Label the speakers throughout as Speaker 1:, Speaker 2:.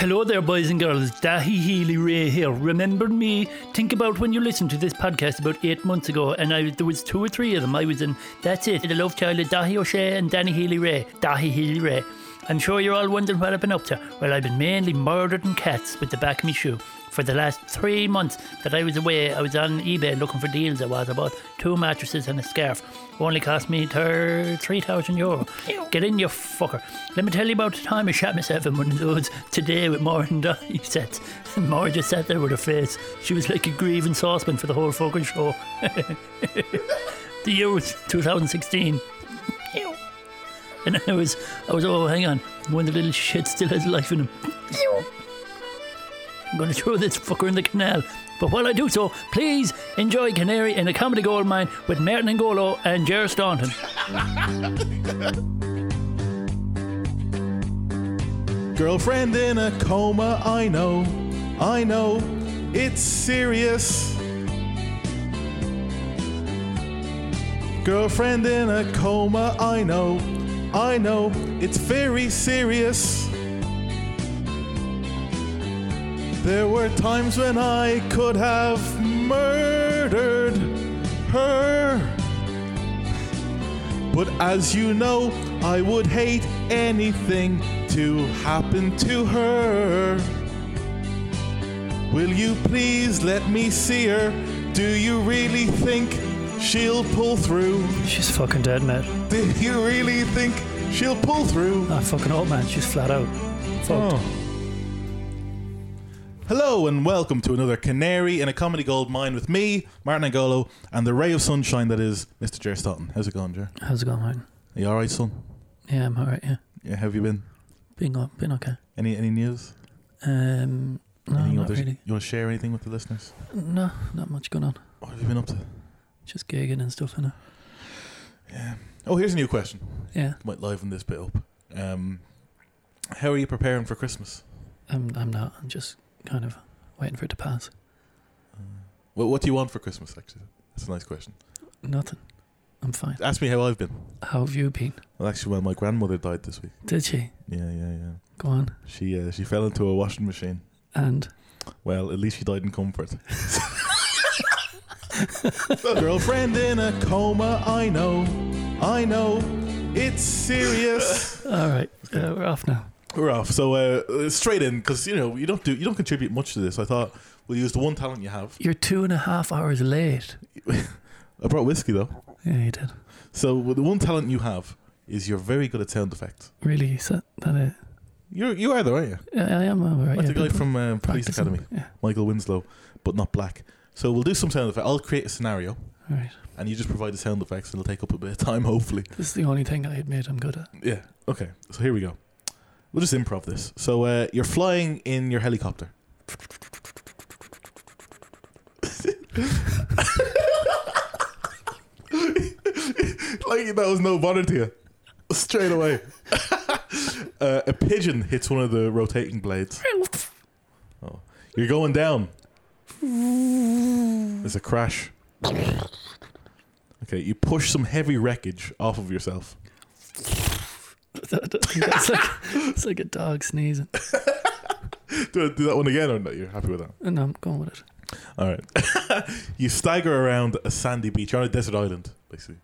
Speaker 1: Hello there, boys and girls. Dahi Healy Ray here. Remember me? Think about when you listened to this podcast about eight months ago, and I there was two or three of them. I was in That's It, The Love Child of Dahi O'Shea and Danny Healy Ray. Dahi Healy Ray. I'm sure you're all wondering what I've been up to. Well, I've been mainly murdering cats with the back of my shoe. For the last three months that I was away, I was on eBay looking for deals. I was. I bought two mattresses and a scarf. Only cost me thir- 3,000 euro. Get in, you fucker. Let me tell you about the time I shot myself in one of those today with Maureen and Di sets. And Maureen just sat there with her face. She was like a grieving saucepan for the whole fucking show. the year was 2016. And I was, I was, oh, hang on. One of the little shit still has life in him. I'm going to throw this fucker in the canal. But while I do so, please enjoy Canary in a Comedy Gold Mine with Martin Ngolo and Jer Staunton.
Speaker 2: Girlfriend in a coma, I know, I know, it's serious. Girlfriend in a coma, I know, I know, it's very serious. There were times when I could have murdered her. But as you know, I would hate anything to happen to her. Will you please let me see her? Do you really think she'll pull through?
Speaker 1: She's fucking dead, man.
Speaker 2: Do you really think she'll pull through?
Speaker 1: I fucking hope, man. She's flat out. Fucked.
Speaker 2: Hello and welcome to another Canary in a Comedy Gold Mine with me, Martin Angolo, and the ray of sunshine that is Mr. Jer Stoughton. How's it going, Jer?
Speaker 1: How's it going, man?
Speaker 2: Are you alright, son?
Speaker 1: Yeah, I'm alright, yeah.
Speaker 2: Yeah, how have you been?
Speaker 1: Being, o- being okay.
Speaker 2: Any any news?
Speaker 1: Um, no,
Speaker 2: Anything you
Speaker 1: not
Speaker 2: want to-
Speaker 1: really.
Speaker 2: You want to share anything with the listeners?
Speaker 1: No, not much going on.
Speaker 2: What have you been up to?
Speaker 1: Just gigging and stuff, innit?
Speaker 2: Oh, here's a new question.
Speaker 1: Yeah,
Speaker 2: Might liven this bit up. Um, how are you preparing for Christmas?
Speaker 1: I'm, I'm not. I'm just kind of waiting for it to pass.
Speaker 2: What, what do you want for Christmas, actually? That's a nice question.
Speaker 1: Nothing. I'm fine.
Speaker 2: Ask me how I've been.
Speaker 1: How have you been?
Speaker 2: Well, actually, well, my grandmother died this week.
Speaker 1: Did she?
Speaker 2: Yeah, yeah, yeah.
Speaker 1: Go on.
Speaker 2: She uh, she fell into a washing machine.
Speaker 1: And
Speaker 2: Well, at least she died in comfort. Girlfriend in a coma, I know, I know, it's serious.
Speaker 1: all right, uh, we're off now.
Speaker 2: We're off, so uh, straight in because you know you don't do you don't contribute much to this. I thought we'll use the one talent you have.
Speaker 1: You're two and a half hours late.
Speaker 2: I brought whiskey though,
Speaker 1: Yeah, you did.
Speaker 2: so well, the one talent you have is you're very good at sound effects.
Speaker 1: Really? Is that, that it?
Speaker 2: You're you are though, aren't you?
Speaker 1: Yeah, I am all right.
Speaker 2: Like
Speaker 1: yeah,
Speaker 2: the guy
Speaker 1: but
Speaker 2: from uh, Police
Speaker 1: practicing.
Speaker 2: Academy,
Speaker 1: Yeah,
Speaker 2: Michael Winslow, but not black. So we'll do some sound effect. I'll create a scenario,
Speaker 1: all right.
Speaker 2: and you just provide the sound effects, and it'll take up a bit of time, hopefully.
Speaker 1: This is the only thing I admit I'm good at.
Speaker 2: Yeah. Okay. So here we go. We'll just improv this. So uh, you're flying in your helicopter. like that was no bother to you. Straight away. uh, a pigeon hits one of the rotating blades. Oh. You're going down. There's a crash. Okay, you push some heavy wreckage off of yourself.
Speaker 1: it's, like, it's like a dog sneezing.
Speaker 2: do, do that one again or not? You're happy with that?
Speaker 1: And Oh, I'm going with it.
Speaker 2: All right. you stagger around a sandy beach. You're on a desert island, basically.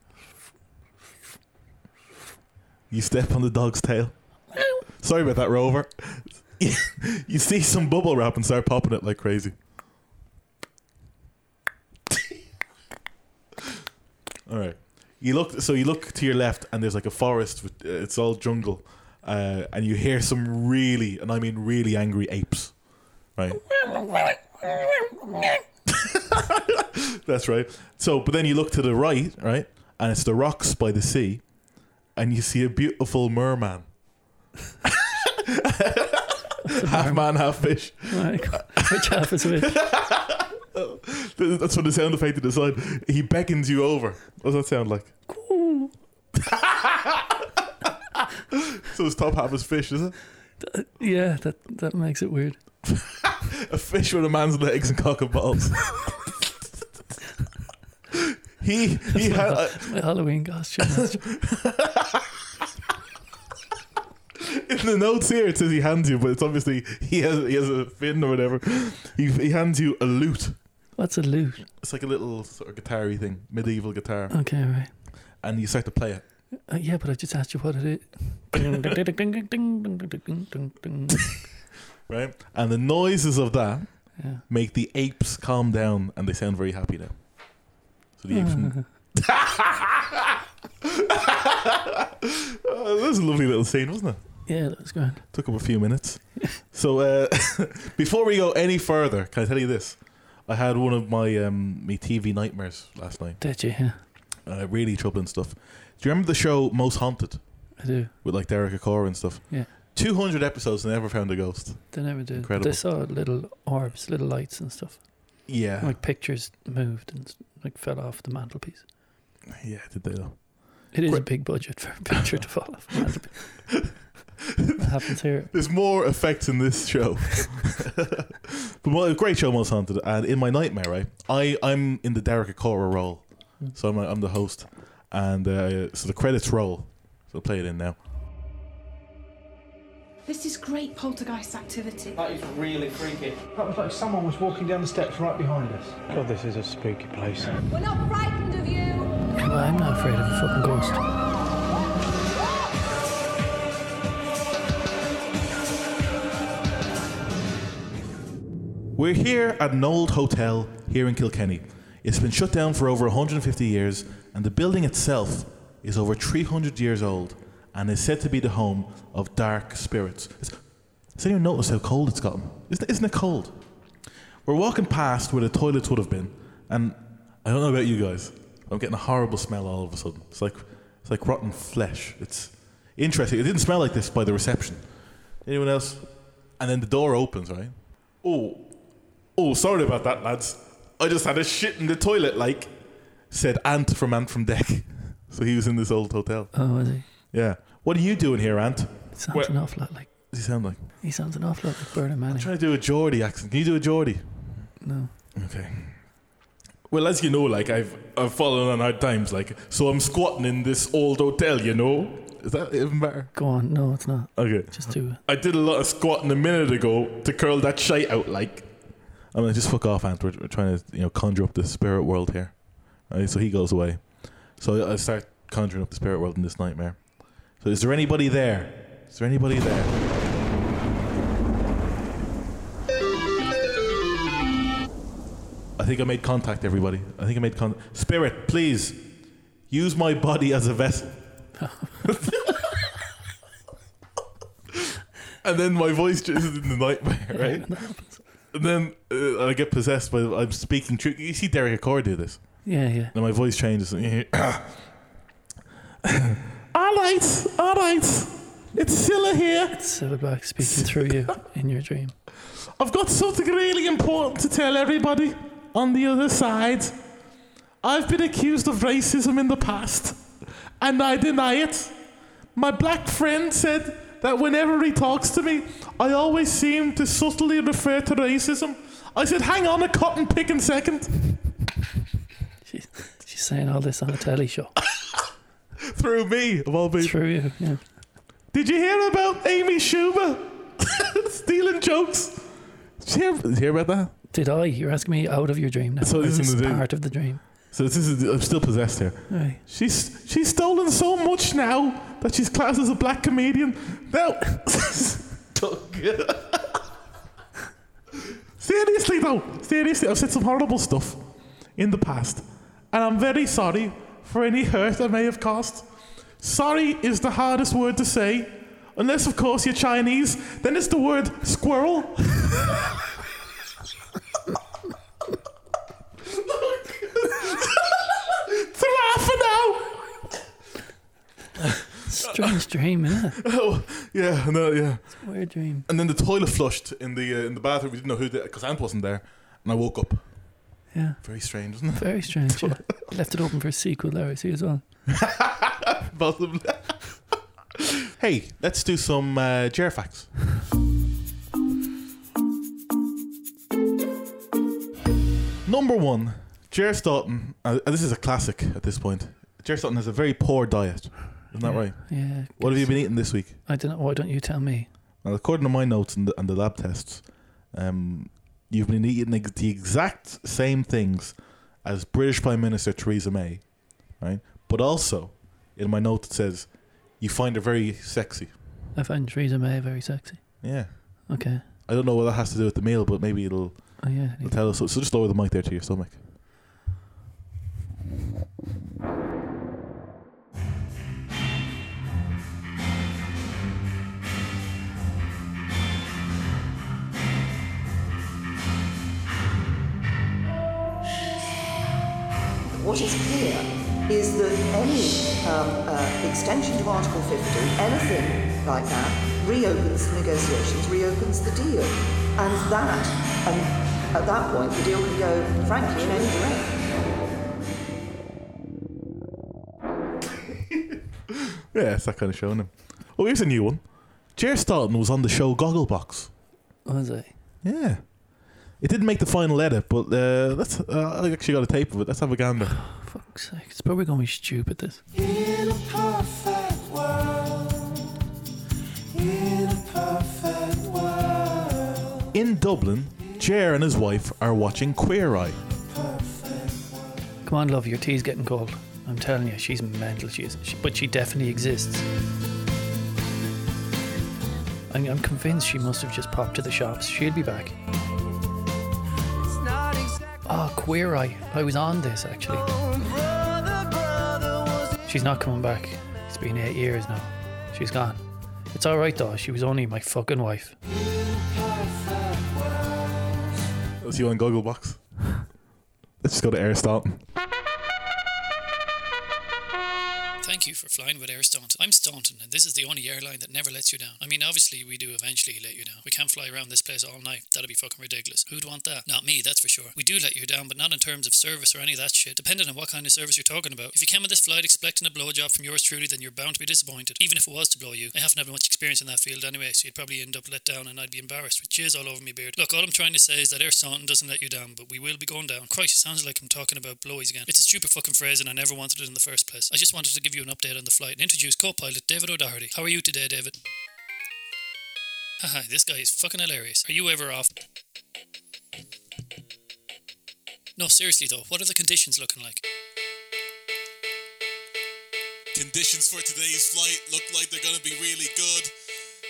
Speaker 2: You step on the dog's tail. Sorry about that, Rover. you see some bubble wrap and start popping it like crazy. all right. You look. So you look to your left, and there's like a forest. With, uh, it's all jungle, uh, and you hear some really, and I mean really angry apes. Right. That's right. So, but then you look to the right, right, and it's the rocks by the sea, and you see a beautiful merman, half man, half fish.
Speaker 1: Right. Which half is which?
Speaker 2: Th- That's what the sound effect to the side. He beckons you over. What does that sound like? so his top half is fish, is it?
Speaker 1: Yeah, that, that makes it weird.
Speaker 2: A fish with a man's legs and cock and balls. he he had. uh,
Speaker 1: My Halloween costume.
Speaker 2: the notes here it says he hands you, but it's obviously he has he has a fin or whatever. He, he hands you a lute.
Speaker 1: What's a lute?
Speaker 2: It's like a little sort of guitar-y thing, medieval guitar,
Speaker 1: Okay, right.
Speaker 2: and you start to play it.
Speaker 1: Uh, yeah, but I just asked you what it is. yeah.
Speaker 2: right? And the noises of that make the apes calm down, and they sound very happy now. So the apes.
Speaker 1: Hmm.
Speaker 2: Oh, that was a lovely little scene, wasn't it?
Speaker 1: yeah, that was grand.
Speaker 2: Took up a few minutes. so uh, before we go any further, can I tell you this? I had one of my um, my TV nightmares last night.
Speaker 1: Did you? Yeah,
Speaker 2: Uh, really troubling stuff. Do you remember the show Most Haunted
Speaker 1: I do.
Speaker 2: with like Derek Acora and stuff?
Speaker 1: Yeah.
Speaker 2: 200 episodes and they never found a ghost.
Speaker 1: They never did.
Speaker 2: Incredible.
Speaker 1: They saw little orbs, little lights and stuff.
Speaker 2: Yeah.
Speaker 1: Like pictures moved and s- like fell off the mantelpiece.
Speaker 2: yeah, did they though?
Speaker 1: It is a
Speaker 2: Great.
Speaker 1: big budget for a picture to fall off. the mantelpiece. that happens here.
Speaker 2: There's more effects in this show. but what a great show, Most Haunted. And in my nightmare, right, I, I'm in the Derek Acora role.
Speaker 1: Mm.
Speaker 2: So I'm, I'm the host. And uh, so the credits roll. So I'll play it in now.
Speaker 3: This is great poltergeist activity.
Speaker 4: That is really freaky.
Speaker 5: That was like someone was walking down the steps right behind us. God, this is a spooky place.
Speaker 6: We're not frightened of you.
Speaker 1: Well, I'm not afraid of a fucking ghost.
Speaker 2: We're here at an old hotel here in Kilkenny. It's been shut down for over 150 years, and the building itself is over 300 years old and is said to be the home of dark spirits. It's, has anyone noticed how cold it's gotten? Isn't, isn't it cold? We're walking past where the toilets would have been, and I don't know about you guys. I'm getting a horrible smell all of a sudden. It's like it's like rotten flesh. It's interesting. It didn't smell like this by the reception. Anyone else? And then the door opens, right? Oh, Oh, sorry about that, lads. I just had a shit in the toilet, like, said Ant from Ant from Deck. So he was in this old hotel.
Speaker 1: Oh, is he?
Speaker 2: Yeah. What are you doing here, Ant? What
Speaker 1: It sounds
Speaker 2: Well-
Speaker 1: an awful lot like.
Speaker 2: does he sound like?
Speaker 1: He sounds an awful lot like Bernard Manning.
Speaker 2: trying to do a Geordie accent. Can you do a Geordie?
Speaker 1: No.
Speaker 2: Okay. Well, as you know, like, I've, I've fallen on hard times, like, so I'm squatting in this old hotel, you know? Is that even better?
Speaker 1: Go on. No, it's not.
Speaker 2: Okay.
Speaker 1: Just do it.
Speaker 2: I did a lot of squatting a minute ago to curl that shite out, like. I mean, just fuck off, Ant. We're, we're trying to, you know, conjure up the spirit world here. Right, so he goes away. So I- I start conjuring up the spirit world in this nightmare. So is there anybody there? Is there anybody there? I think I made contact, everybody. I think I made contact. Spirit, please, use my body as a vessel. and then my voice just is in the nightmare, right? And then uh, I get possessed by. I'm speaking. Tr- you see Derek Accor do this.
Speaker 1: Yeah, yeah.
Speaker 2: And my voice changes. all right, all right. It's Scylla here.
Speaker 1: Silver Black speaking through you in your dream.
Speaker 2: I've got something really important to tell everybody on the other side. I've been accused of racism in the past, and I deny it. My black friend said that whenever he talks to me, I always seem to subtly refer to racism. I said, hang on a cotton picking second.
Speaker 1: She's, she's saying all this on a telly show.
Speaker 2: Through me, of all people.
Speaker 1: Through you, yeah.
Speaker 2: Did you hear about Amy Schumer stealing jokes? Did you hear, did you hear about that?
Speaker 1: Did I? You're asking me out of your dream now.
Speaker 2: So this is
Speaker 1: is
Speaker 2: the dream.
Speaker 1: part of the dream.
Speaker 2: So this is I'm still possessed here.
Speaker 1: Right.
Speaker 2: She's she's stolen so much now that she's classed as a black comedian. Now, seriously though, seriously, I've said some horrible stuff in the past, and I'm very sorry for any hurt I may have caused. Sorry is the hardest word to say, unless of course you're Chinese. Then it's the word squirrel. It's now.
Speaker 1: Strange dream, isn't it?
Speaker 2: Oh yeah, no yeah.
Speaker 1: Weird dream.
Speaker 2: And then the toilet flushed in the uh, in the bathroom. We didn't know who did because Ant wasn't there. And I woke up.
Speaker 1: Yeah.
Speaker 2: Very strange, isn't it?
Speaker 1: Very strange. Yeah. Left it open for a sequel, Larry, see as well.
Speaker 2: Possibly. hey, let's do some uh, Jer facts. Number one, uh, Jer Stoughton. Uh, this is a classic at this point. Jer Stoughton has a very poor diet. Isn't that right?
Speaker 1: Yeah.
Speaker 2: What have you been eating this week?
Speaker 1: I don't know. Why don't you tell me?
Speaker 2: Now, according to my notes and the, and the lab tests, um, you've been eating ex- the exact same things as British Prime Minister Theresa May, right? But also, in my note, it says you find her very sexy.
Speaker 1: I find Theresa May eh? very sexy.
Speaker 2: Yeah.
Speaker 1: Okay.
Speaker 2: I don't know what that has to do with the meal, but maybe it'll,
Speaker 1: Oh yeah.
Speaker 2: it'll tell us. So so just lower the mic there to your stomach.
Speaker 4: What is clear is that any um, uh, extension to Article 50, anything like that, reopens the negotiations, reopens the deal. And that, um, at that point, the deal can go, frankly, in any direction.
Speaker 2: Yeah, it's that kind of showing him. Oh, here's a new one. Jer Staunton was on the show Gogglebox.
Speaker 1: Was I?
Speaker 2: Yeah. It didn't make the final edit, but uh, let's. Uh, I actually got a tape of it. Let's have a gander.
Speaker 1: Fuck's sake. It's probably going to be stupid. This.
Speaker 7: In a perfect world, in a perfect world,
Speaker 2: In Dublin, Jer and his wife are watching Queer Eye.
Speaker 1: Come on, love. Your tea's getting cold. I'm telling you, she's mental. She is. She, but she definitely exists. I'm, I'm convinced she must have just popped to the shops. She'll be back.
Speaker 7: it's not exactly
Speaker 1: Ah, Queer Eye. I was on this actually.
Speaker 7: brother, brother was
Speaker 1: She's not coming back. It's been eight years now. She's gone. It's all right though. She was only my fucking wife.
Speaker 7: perfect world.
Speaker 2: Let's see you on Gogglebox. Let's just go to Air Staunton.
Speaker 1: Thank you for flying with Air Staunton. I'm Staunton, and this is the only airline that never lets you down. I mean, obviously, we do eventually let you down. We can't fly around this place all night. That'd be fucking ridiculous. Who'd want that? Not me, that's for sure. We do let you down, but not in terms of service or any of that shit, depending on what kind of service you're talking about. If you came on this flight expecting a blowjob from yours truly, then you're bound to be disappointed, even if it was to blow you. I haven't had much experience in that field anyway, so you'd probably end up let down, and I'd be embarrassed with jizz all over me beard. Look, all I'm trying to say is that Air Staunton doesn't let you down, but we will be going down. Christ, it sounds like I'm talking about blowies again. It's a stupid fucking phrase, and I never wanted it in the first place. I just wanted to give you an update on the flight and introduce co-pilot David O'Doherty. How are you today, David? Haha, this guy is fucking hilarious. Are you ever off? No, seriously though, what are the conditions looking like?
Speaker 8: Conditions for today's flight look like they're gonna be really good.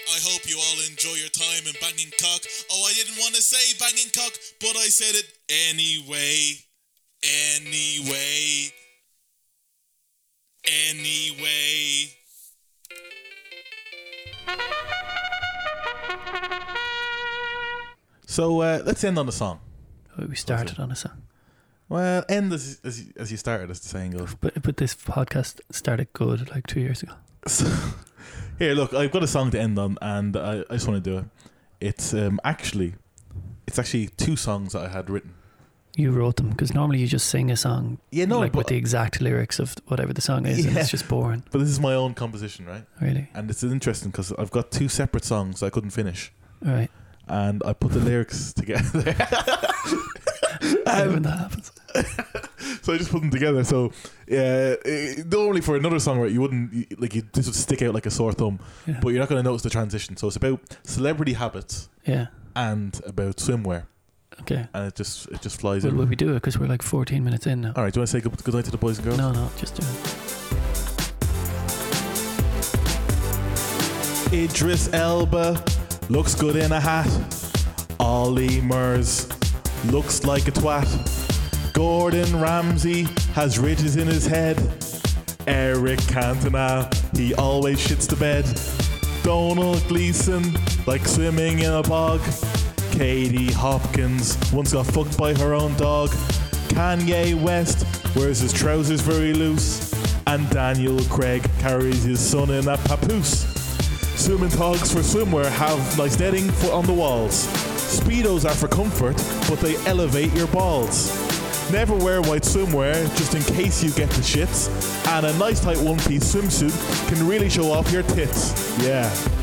Speaker 8: I hope you all enjoy your time in Bangkok. Oh, I didn't want to say Bangkok, but I said it anyway. Anyway. Anyway.
Speaker 2: So uh, let's end on a song.
Speaker 1: Oh, We started on a song,
Speaker 2: Well, end as, as, as you started, as the saying goes.
Speaker 1: but but this podcast started good like two years ago.
Speaker 2: So, here, look, I've got a song to end on, and I, I just want to do it. It's um, actually, it's actually two songs that I had written.
Speaker 1: You wrote them because normally you just sing a song,
Speaker 2: Yeah, no,
Speaker 1: like
Speaker 2: but-
Speaker 1: with the exact lyrics of whatever the song is, and
Speaker 2: Yeah.
Speaker 1: it's just boring,
Speaker 2: But this is my own composition, right?
Speaker 1: really.
Speaker 2: And it's interesting because I've got two separate songs I couldn't finish,
Speaker 1: All right,
Speaker 2: and I put the lyrics together. Um,
Speaker 1: I hate when that happens.
Speaker 2: so I just put them together. So yeah, it, normally for another song, right, you wouldn't you- like you this would stick out like a sore thumb,
Speaker 1: Yeah.
Speaker 2: but you're not going to notice the transition. So it's about celebrity habits
Speaker 1: Yeah.
Speaker 2: and about swimwear,
Speaker 1: Okay.
Speaker 2: and it just it just flies
Speaker 1: Well,
Speaker 2: in.
Speaker 1: will we do it? Because we're like 14 minutes in now.
Speaker 2: All right, do you want to say good, good night to the boys and girls?
Speaker 1: No, no, just do it.
Speaker 2: Idris Elba looks good in a hat. Ollie Murs looks like a twat. Gordon Ramsay has ridges in his head. Eric Cantona, he always shits the bed. Donald Gleason, like swimming in a bog. Katie Hopkins once got fucked by her own dog. Kanye West wears his trousers very loose. And Daniel Craig carries his son in a papoose. Swim and togs for swimwear have nice netting for on the walls. Speedos are for comfort, but they elevate your balls. Never wear white swimwear just in case you get the shits, and a nice tight one piece swimsuit can really show off your tits. Yeah.